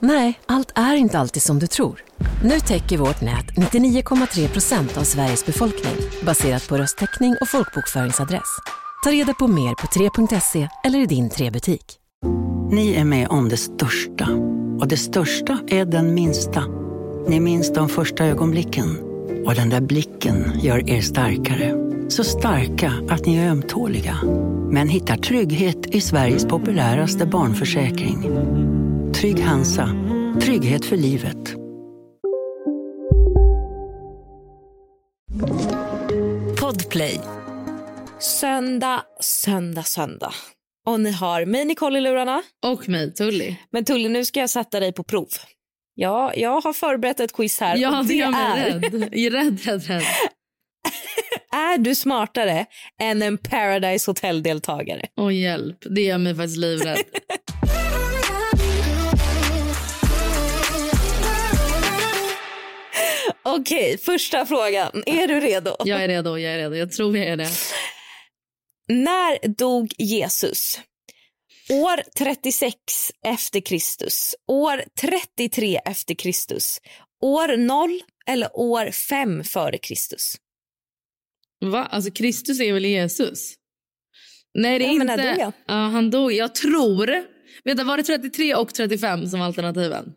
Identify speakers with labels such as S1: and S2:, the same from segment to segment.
S1: Nej, allt är inte alltid som du tror. Nu täcker vårt nät 99,3 procent av Sveriges befolkning baserat på röstteckning och folkbokföringsadress. Ta reda på mer på 3.se eller i din 3-butik.
S2: Ni är med om det största. Och det största är den minsta. Ni minns de första ögonblicken. Och den där blicken gör er starkare. Så starka att ni är ömtåliga. Men hittar trygghet i Sveriges populäraste barnförsäkring. Trygg Hansa. Trygghet för livet.
S3: Podplay.
S4: Söndag, söndag, söndag. Och ni har mig Nicole i lurarna.
S3: Och mig, Tully.
S4: Men Tully, nu ska jag sätta dig på prov. Ja, jag har förberett ett quiz här.
S3: Ja,
S4: och
S3: det gör mig
S4: är,
S3: rädd. Jag är rädd, rädd, rädd.
S4: är du smartare än en Paradise Hotel-deltagare?
S3: Åh, hjälp. Det gör mig faktiskt livrädd.
S4: Okej, första frågan. Är du redo?
S3: Jag är redo, jag är redo. Jag tror jag är det.
S4: När dog Jesus? År 36 efter Kristus, år 33 efter Kristus, år 0 eller år 5 före Kristus?
S3: Va? Alltså, Kristus är väl Jesus? Nej, det är
S4: Ja, men
S3: inte.
S4: när dog han?
S3: Ja, han dog. Jag tror... Vänta, var det 33 och 35 som alternativen?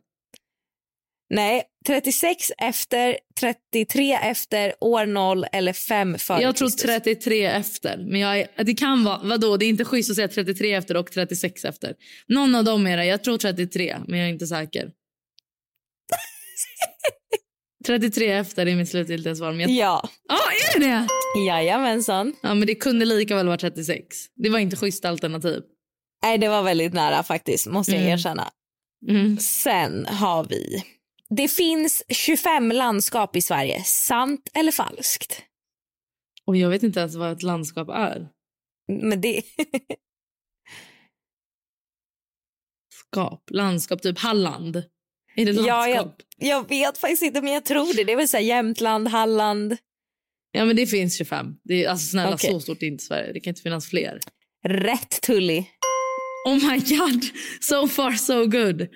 S4: Nej, 36 efter, 33 efter, år 0 eller 5 före
S3: jag tror
S4: Kristus.
S3: 33 efter. Men jag är, det kan vara... Vadå? Det är inte schysst att säga 33 efter och 36 efter. Någon av dem är det. Jag tror 33, men jag är inte säker. 33 efter är mitt slutgiltiga svar. Men jag...
S4: Ja,
S3: ah, är det det?
S4: jajamensan.
S3: Ja, men det kunde lika väl vara 36. Det var inte schysst alternativ.
S4: Nej, det var väldigt nära faktiskt, måste jag
S3: Mm.
S4: erkänna.
S3: Mm.
S4: Sen har vi... Det finns 25 landskap i Sverige. Sant eller falskt?
S3: Och jag vet inte ens vad ett landskap är.
S4: Men det...
S3: Skap, landskap, typ Halland. Är det ett
S4: Ja,
S3: landskap? Ja,
S4: Jag vet faktiskt inte, men jag tror det. Det är väl så här Jämtland, Halland.
S3: men det finns 25. Det är, alltså snälla,
S4: Okej.
S3: så stort är inte Sverige. Det kan inte finnas fler.
S4: Rätt, Tully.
S3: Oh my god! So far so good.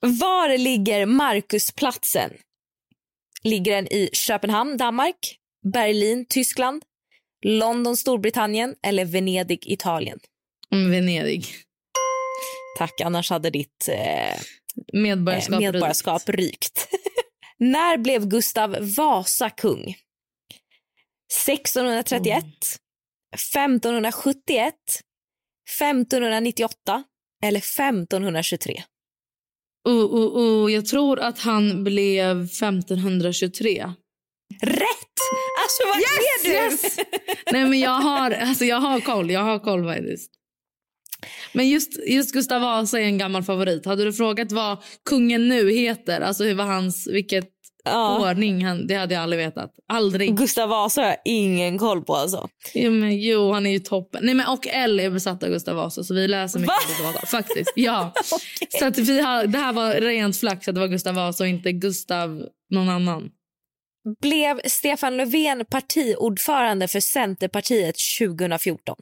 S4: Var ligger Markusplatsen? Ligger den i Köpenhamn, Danmark, Berlin, Tyskland, London, Storbritannien eller Venedig, Italien?
S3: Mm, Venedig.
S4: Tack, annars hade ditt eh,
S3: Medborgarskap.
S4: eh,
S3: rikt.
S4: medborgarskap rykt. När blev Gustav Vasa kung? 1631, 1571, 1598 eller 1523?
S3: Oh, oh, oh. Jag tror att han blev 1523.
S4: Rätt! Alltså vad är du?
S3: Yes! Nej, men jag har, alltså, jag har koll. Jag har koll faktiskt. Men just, just Gustav Vasa är en gammal favorit. Hade du frågat vad kungen nu heter, alltså hur var hans, vilket
S4: Ja.
S3: ordning, han, det hade jag aldrig vetat. Aldrig.
S4: Gustav Vasa har jag ingen koll på alltså.
S3: Jo, men, jo, han är ju toppen. Nej, men, och L är besatt av Gustav Vasa, så vi läser
S4: Va?
S3: mycket om Gustav Vasa. Faktiskt, ja. Så att vi har, det här var rent flax att det var Gustav Vasa och inte Gustav någon annan.
S4: Blev Stefan Löfven partiordförande för Centerpartiet 2014?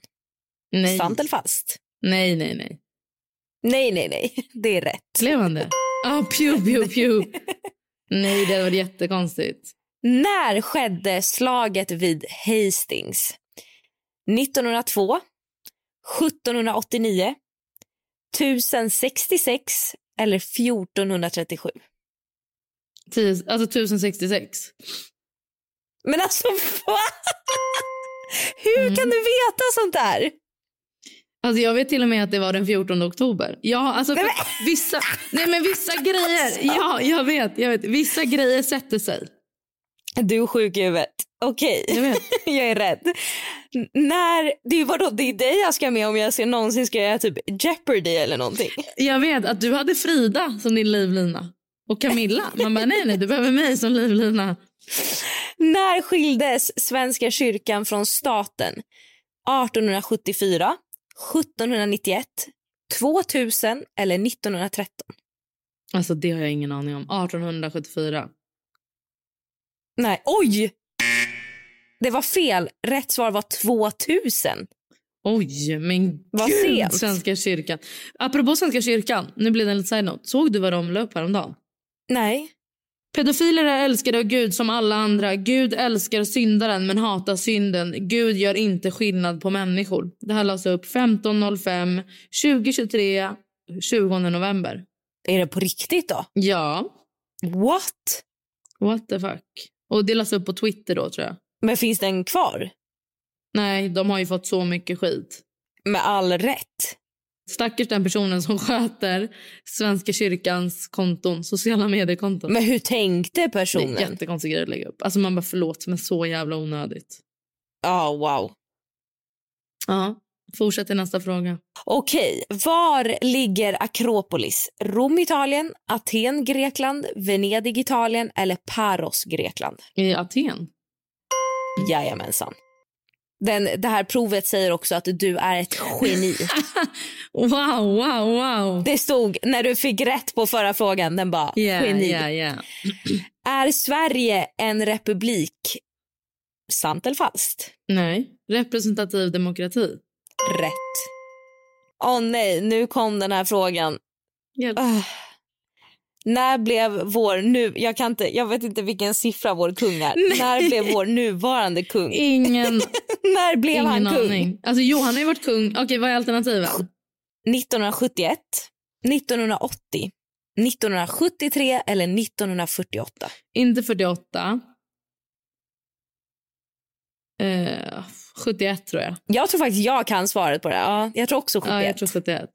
S3: Nej,
S4: Sant eller falskt?
S3: nej, nej. nej.
S4: Nej, nej, nej. Det är rätt.
S3: Blev han det? Ja, pju, pju, pju. Nej, det hade varit jättekonstigt.
S4: När skedde slaget vid Hastings? 1902, 1789, 1066 eller 1437?
S3: Tio, alltså 1066.
S4: Men alltså, va? Hur kan du veta sånt där?
S3: Alltså jag vet till och med att det var den 14 oktober. Ja, alltså för vissa, nej men vissa grejer. Ja, jag vet, jag vet. Vissa grejer sätter sig.
S4: Du är sjuk i huvudet. Okej,
S3: Jag vet.
S4: jag är rädd. N- när, det, är vadå, det är dig jag ska med om jag ser någonsin ska jag göra typ Jeopardy eller någonting.
S3: Jag vet att du hade Frida som din livlina och Camilla. Man bara nej, nej, du behöver mig som livlina.
S4: När skildes Svenska kyrkan från staten? 1874, 1791, 2000 eller 1913?
S3: Alltså det har jag ingen aning om. 1874.
S4: Nej, oj! Det var fel. Rätt svar var 2000.
S3: Oj, men
S4: Vad
S3: gud!
S4: sent.
S3: Svenska kyrkan. Apropå Svenska kyrkan, nu blir det en liten side-note. Såg du vad de la upp häromdagen?
S4: Nej.
S3: Pedofiler är älskade av Gud som alla andra. Gud älskar syndaren men hatar synden. Gud gör inte skillnad på människor. Det här lades upp 15.05 2023 20 november.
S4: Är det på riktigt då?
S3: Ja,
S4: What?
S3: what the fuck. Och det lades upp på Twitter då tror jag.
S4: Men finns den kvar?
S3: Nej, de har ju fått så mycket skit.
S4: Med all rätt.
S3: Stackars den personen som sköter Svenska kyrkans konton, sociala mediekonton.
S4: Men hur tänkte
S3: Det är
S4: personen?
S3: jättekonstig grej att lägga upp. Alltså man bara förlåt men så jävla onödigt.
S4: Ja, Ah, wow.
S3: Ja, fortsätt till nästa fråga.
S4: Okej, var ligger Akropolis? Rom, Italien, Aten, Grekland, Venedig, Italien eller Paros, Grekland?
S3: I Aten?
S4: Jajamensan. Den, det här provet säger också att du är ett geni.
S3: Wow, wow, wow.
S4: Det stod när du fick rätt på förra frågan. Den bara,
S3: Yeah,
S4: geni.
S3: yeah, yeah.
S4: Är Sverige en republik? Sant eller falskt?
S3: Nej, representativ demokrati.
S4: Rätt. Åh nej, nu kom den här frågan.
S3: Hjälp.
S4: Ah. När blev vår nu... Jag, kan inte, jag vet inte vilken siffra vår kung är. När blev vår nuvarande kung?
S3: Ingen,
S4: när blev
S3: ingen
S4: han kung? Ah.
S3: aning. Alltså Johan har ju varit kung. Okej, vad är alternativen?
S4: 1971, 1980, 1973 eller 1948?
S3: Inte 48. Eh, 71 tror jag.
S4: Jag tror faktiskt jag kan svaret på det. Ja, jag tror också 71.
S3: Ja, jag tror 71.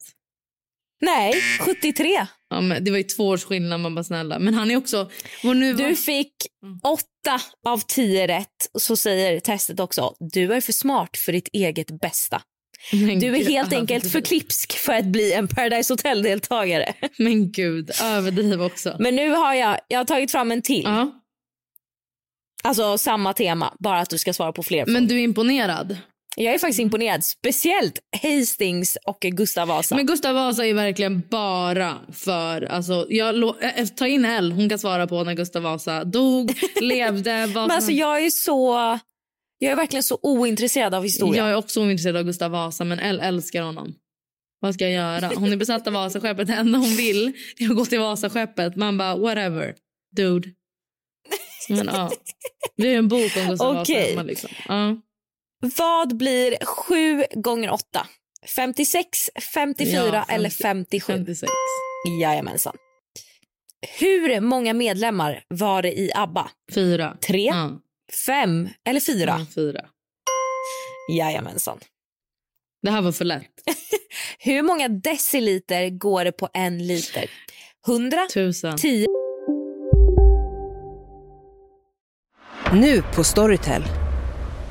S4: Nej, 73.
S3: Ja, men det var ju två års skillnad, man bara snälla. Men han är också... Vår nu
S4: Du fick
S3: Mm.
S4: åtta av tio rätt. Så säger testet också du är för smart för ditt eget bästa.
S3: Men
S4: Du är
S3: gud, alltså,
S4: helt enkelt för klipsk för att bli en Paradise Hotel-deltagare.
S3: Men gud, överdriv också.
S4: Men nu har jag, jag har tagit fram en till.
S3: ja.
S4: Alltså samma tema, bara att du ska svara på fler
S3: Men Mm.
S4: frågor.
S3: du är imponerad.
S4: Jag är faktiskt imponerad. Speciellt Hastings och Gustav Vasa.
S3: Men Gustav Vasa är verkligen bara för... Alltså, jag lo- eh, ta in Elle, hon kan svara på när Gustav Vasa dog, levde... Vad
S4: Men
S3: som
S4: alltså
S3: hände.
S4: jag är så... Jag är verkligen så ointresserad av historia.
S3: jag är också ointresserad av Gustav Vasa, men Elle älskar honom. Vad ska jag göra? Hon är besatt av Vasaskeppet. Det enda hon vill är att gå till Vasaskeppet. Man bara, whatever, dude. Men ja, det är ju en bok om Gustav Vasa.
S4: Okej.
S3: hemma, Liksom. Ja.
S4: Vad blir 7 gånger 8? 56, 54
S3: Ja, 50.
S4: eller 57?
S3: 56.
S4: Jajamensan. Hur många medlemmar var det i ABBA?
S3: Fyra.
S4: Tre,
S3: Ja,
S4: fem eller fyra?
S3: ja, fyra.
S4: Jajamensan.
S3: Det här var för lätt.
S4: Hur många deciliter går det på en liter? 100,
S3: Tusen.
S4: 10.
S5: Nu på Storytel.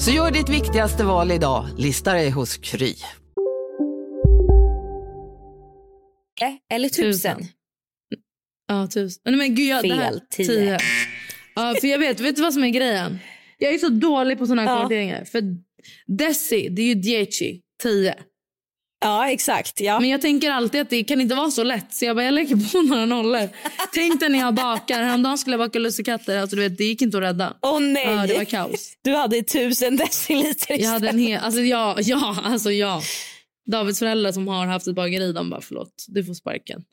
S2: Så gör ditt viktigaste val idag, lista dig hos Kry.
S4: eller
S3: Tusen.
S4: tusen.
S3: Ja, tusen. Nej, men gud, jag, det här,
S4: Fel, tio.
S3: Ja, för jag vet, vet du vad som är grejen? Jag är så dålig på såna här
S4: Ja.
S3: konverteringar. För deci, det är ju dieci, tio.
S4: Ja, exakt. Ja.
S3: Men jag tänker alltid att det kan inte vara så lätt. Så jag bara, jag lägger på några nollor. Tänk dig när jag bakar. Häromdagen skulle jag baka lussekatter. Alltså, du vet, det gick inte att rädda.
S4: Åh nej!
S3: Ja, det var kaos.
S4: Du hade tusen deciliter
S3: Jag hade
S4: istället.
S3: en hel... Alltså ja, ja, alltså ja. Davids föräldrar som har haft ett bageri, de bara förlåt, du får sparken.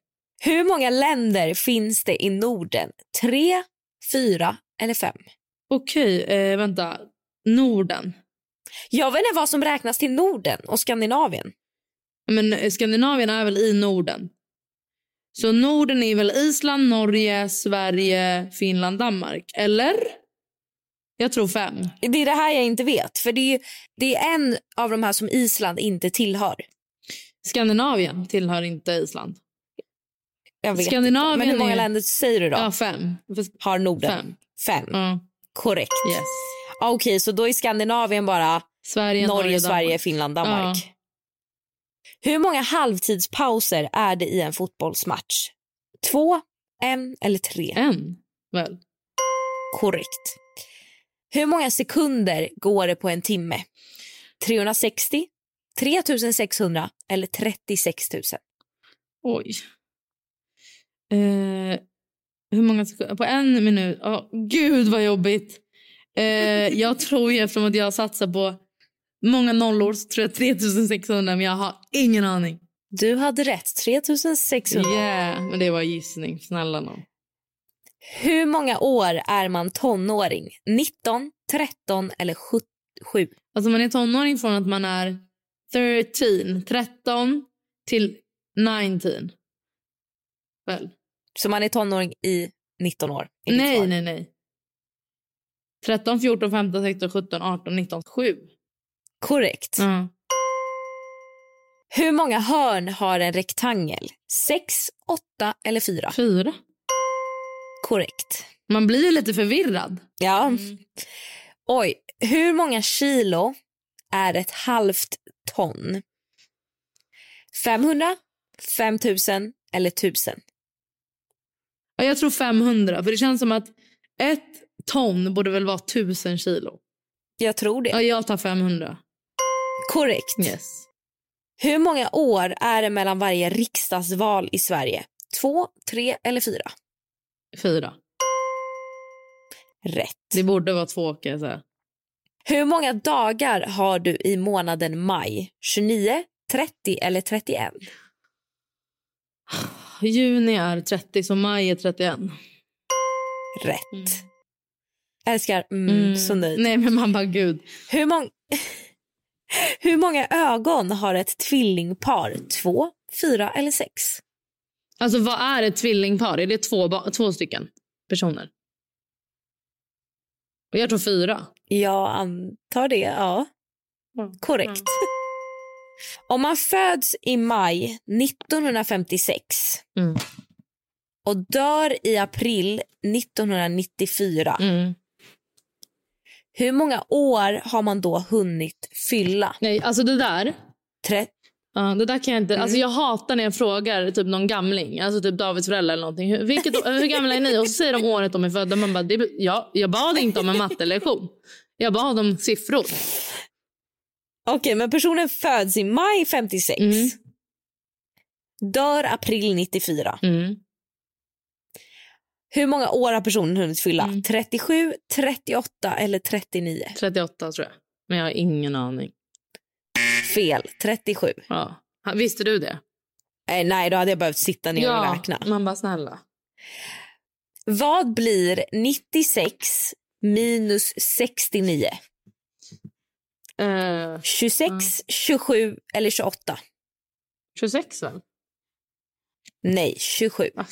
S4: Hur många länder finns det i Norden? Tre, fyra eller fem?
S3: Okej, eh, vänta. Norden.
S4: Jag vet inte vad som räknas till Norden och Skandinavien.
S3: Men eh, Skandinavien är väl i Norden? Så Norden är väl Island, Norge, Sverige, Finland, Danmark? Eller? Jag tror fem.
S4: Det är det här jag inte vet. För det är, det är en av de här som Island inte tillhör.
S3: Skandinavien tillhör inte Island.
S4: Jag vet
S3: Skandinavien
S4: inte. Men hur många
S3: är-
S4: länder säger du då?
S3: Ja, fem. Fast-
S4: Har Norden? Fem.
S3: Fem. Ja,
S4: Korrekt.
S3: yes.
S4: Ah, Okej, så då är Skandinavien bara
S3: Sverige,
S4: Norge,
S3: Norge,
S4: Sverige,
S3: Danmark.
S4: Finland, Danmark. Hur många halvtidspauser är det i en fotbollsmatch? Två, en eller tre?
S3: En, väl?
S4: Korrekt. Hur många sekunder går det på en timme? 360, 3600 eller 36 000?
S3: Oj. Eh, hur många sekunder? På en minut? Oh, Gud, vad jobbigt. Eh, jag tror ju eftersom att jag satsar på många nollor så tror jag 3600 men jag har ingen aning.
S4: Du hade rätt, 3600.
S3: Yeah, men det var gissning. Snälla nån.
S4: Hur många år är man tonåring? 19, 13 eller 7?
S3: Alltså man är tonåring från att man är 13, 13 till 19. Väl?
S4: Så man är tonåring i 19 år? är ditt
S3: Nej,
S4: svar.
S3: nej, nej. 13, 14, 15, 16, 17, 18, 19, 7.
S4: Korrekt.
S3: Ja.
S4: Hur många hörn har en rektangel? 6, 8 eller 4?
S3: Fyra.
S4: Korrekt.
S3: Man blir ju lite förvirrad.
S4: Ja. Oj, hur många kilo är ett halvt ton? 500, 5000 eller 1000?
S3: Ja, Jag tror 500, för det känns som att ett ton borde väl vara 1000 kilo.
S4: Jag tror det.
S3: Ja, jag tar 500.
S4: Korrekt.
S3: Yes.
S4: Hur många år är det mellan varje riksdagsval i Sverige? Två, tre eller fyra?
S3: Fyra.
S4: Rätt.
S3: Det borde vara två, kan jag säga.
S4: Hur många dagar har du i månaden maj? 29, 30 eller 31?
S3: Juni är 30, så maj är 31. Mm.
S4: Rätt. Älskar, mm, så nöjd.
S3: Nej, men man bara gud.
S4: Hur, mång- Hur många ögon har ett tvillingpar? Två, fyra eller sex?
S3: Alltså vad är ett tvillingpar? Är det två, ba- två stycken personer? Och Jag tror fyra.
S4: Jag antar det, ja.
S3: Ja.
S4: Korrekt.
S3: Mm.
S4: Om man föds i maj 1956
S3: Mm.
S4: och dör i april 1994
S3: Mm.
S4: hur många år har man då hunnit fylla?
S3: Nej, alltså det där.
S4: Tre-
S3: Ja, det där kan jag inte. Alltså jag hatar när jag frågar typ någon gamling, alltså typ Davids föräldrar eller någonting. Hur, vilket, hur gamla är ni? Och så säger de året de är födda. Man bara, det, blir- ja, jag bad inte om en mattelektion. Jag bad om siffror.
S4: Okej, men personen föds i maj 56
S3: Mm.
S4: dör april 94
S3: Mm.
S4: Hur många år har personen hunnit fylla?
S3: Mm.
S4: 37, 38 eller 39?
S3: 38 tror jag. Men jag har ingen aning.
S4: Fel, 37.
S3: Ja. Ha- Visste du det?
S4: Eh, nej, då hade jag behövt sitta ner och
S3: Ja,
S4: räkna.
S3: man bara snälla.
S4: Vad blir 96 minus 69?
S3: Eh,
S4: 26, 27 eller 28?
S3: 26 väl?
S4: Nej, 27.
S3: Va?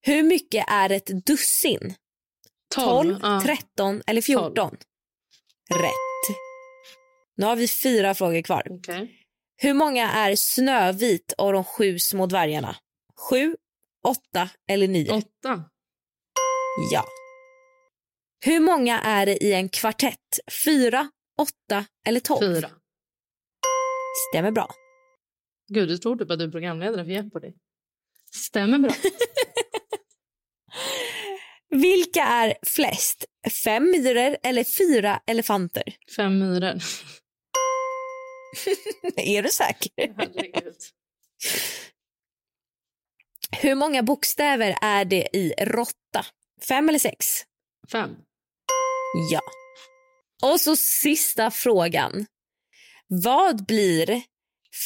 S4: Hur mycket är ett dussin? 12,
S3: Ja.
S4: 13 eller 14? Rätt. Nu har vi fyra frågor kvar.
S3: Okej.
S4: Hur många är Snövit och de sju små dvärgarna? Sju, åtta eller nio?
S3: Åtta.
S4: Ja. Hur många är det i en kvartett? Fyra, åtta eller tolv?
S3: Fyra.
S4: Stämmer bra.
S3: Gud, du tror typ att du är programledare för Jeopardy. Stämmer bra.
S4: Vilka är flest? Fem myror eller fyra elefanter?
S3: Fem myror.
S4: Är du säker?
S3: Herregud.
S4: Hur många bokstäver är det i råtta? Fem eller sex?
S3: Fem.
S4: Ja. Och så sista frågan. Vad blir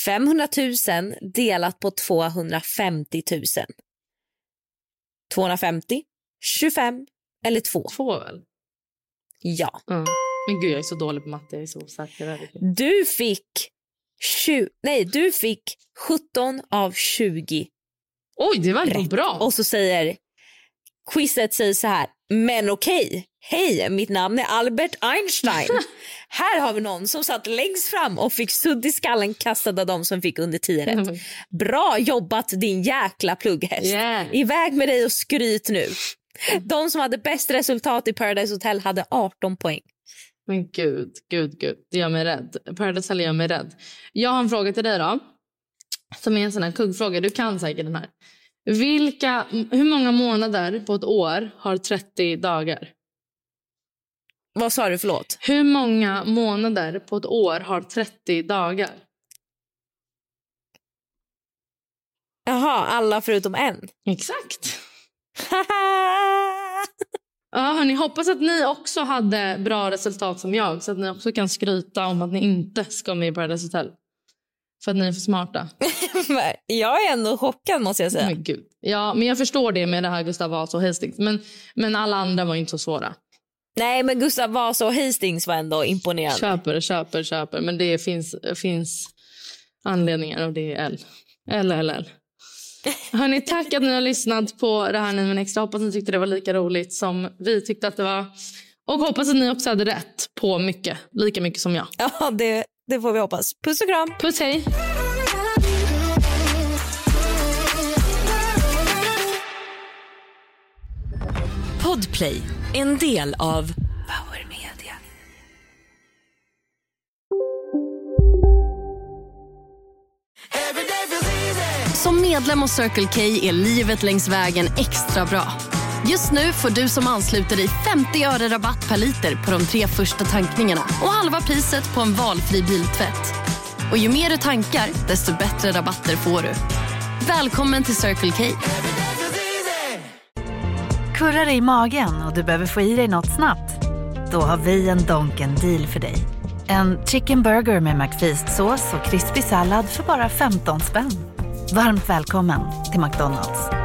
S4: 500 000 delat på 250 000? 250, 25 eller 2?
S3: Två väl?
S4: Ja.
S3: Ja. Mm. Men gud, jag är så dålig på matte. Jag är så osäker. Herregud.
S4: Du fick, 20, nej, du fick 17 av 20
S3: Oj, det var ändå
S4: Rätt.
S3: bra.
S4: Och så säger quizet säger så här. Men okej, hej, mitt namn är Albert Einstein. här har vi någon som satt längst fram och fick sudd i skallen kastad av dem som fick under 10 rätt. Bra jobbat din jäkla plugghäst.
S3: Yeah.
S4: Iväg med dig och skryt nu. De som hade bäst resultat i Paradise Hotel hade 18 poäng.
S3: Men gud, gud, gud. Det gör mig rädd. Paradise Hotel gör mig rädd. Jag har en fråga till dig då. Som är en sån här kuggfråga. Du kan säkert den här. Vilka, hur många månader på ett år har 30 dagar?
S4: Vad sa du, förlåt?
S3: Hur många månader på ett år har 30 dagar?
S4: Jaha, alla förutom en.
S3: Exakt. Ja, hörni, hoppas att ni också hade bra resultat som jag så att ni också kan skryta om att ni inte ska med i Paradise Hotel. För att ni är för smarta.
S4: jag är ändå chockad måste jag säga.
S3: Men gud. Ja, men jag förstår det med det här Gustav Vasa och Hastings. Men, men alla andra var ju inte så svåra.
S4: Nej, men Gustav Vasa och Hastings var ändå imponerande.
S3: Köper, köper, köper. Men det finns, finns anledningar och det är L. L, L, L. Hörrni, tack att ni har lyssnat på det här nu men extra. Hoppas ni tyckte det var lika roligt som vi tyckte att det var. Och hoppas att ni också hade rätt på mycket. Lika mycket som jag.
S4: Ja, det, det får vi hoppas. Puss och kram!
S3: Puss, hej!
S1: Podplay, en del av Power Media.
S6: Som medlem hos Circle K är livet längs vägen extra bra. Just nu får du som ansluter dig 50 öre rabatt per liter på de tre första tankningarna och halva priset på en valfri biltvätt. Och ju mer du tankar, desto bättre rabatter får du. Välkommen till Circle K.
S7: Kurrar i magen och du behöver få i dig något snabbt? Då har vi en Donken deal för dig. En chicken burger med McFeast-sås och krispig sallad för bara 15 spänn. Varmt välkommen till McDonalds.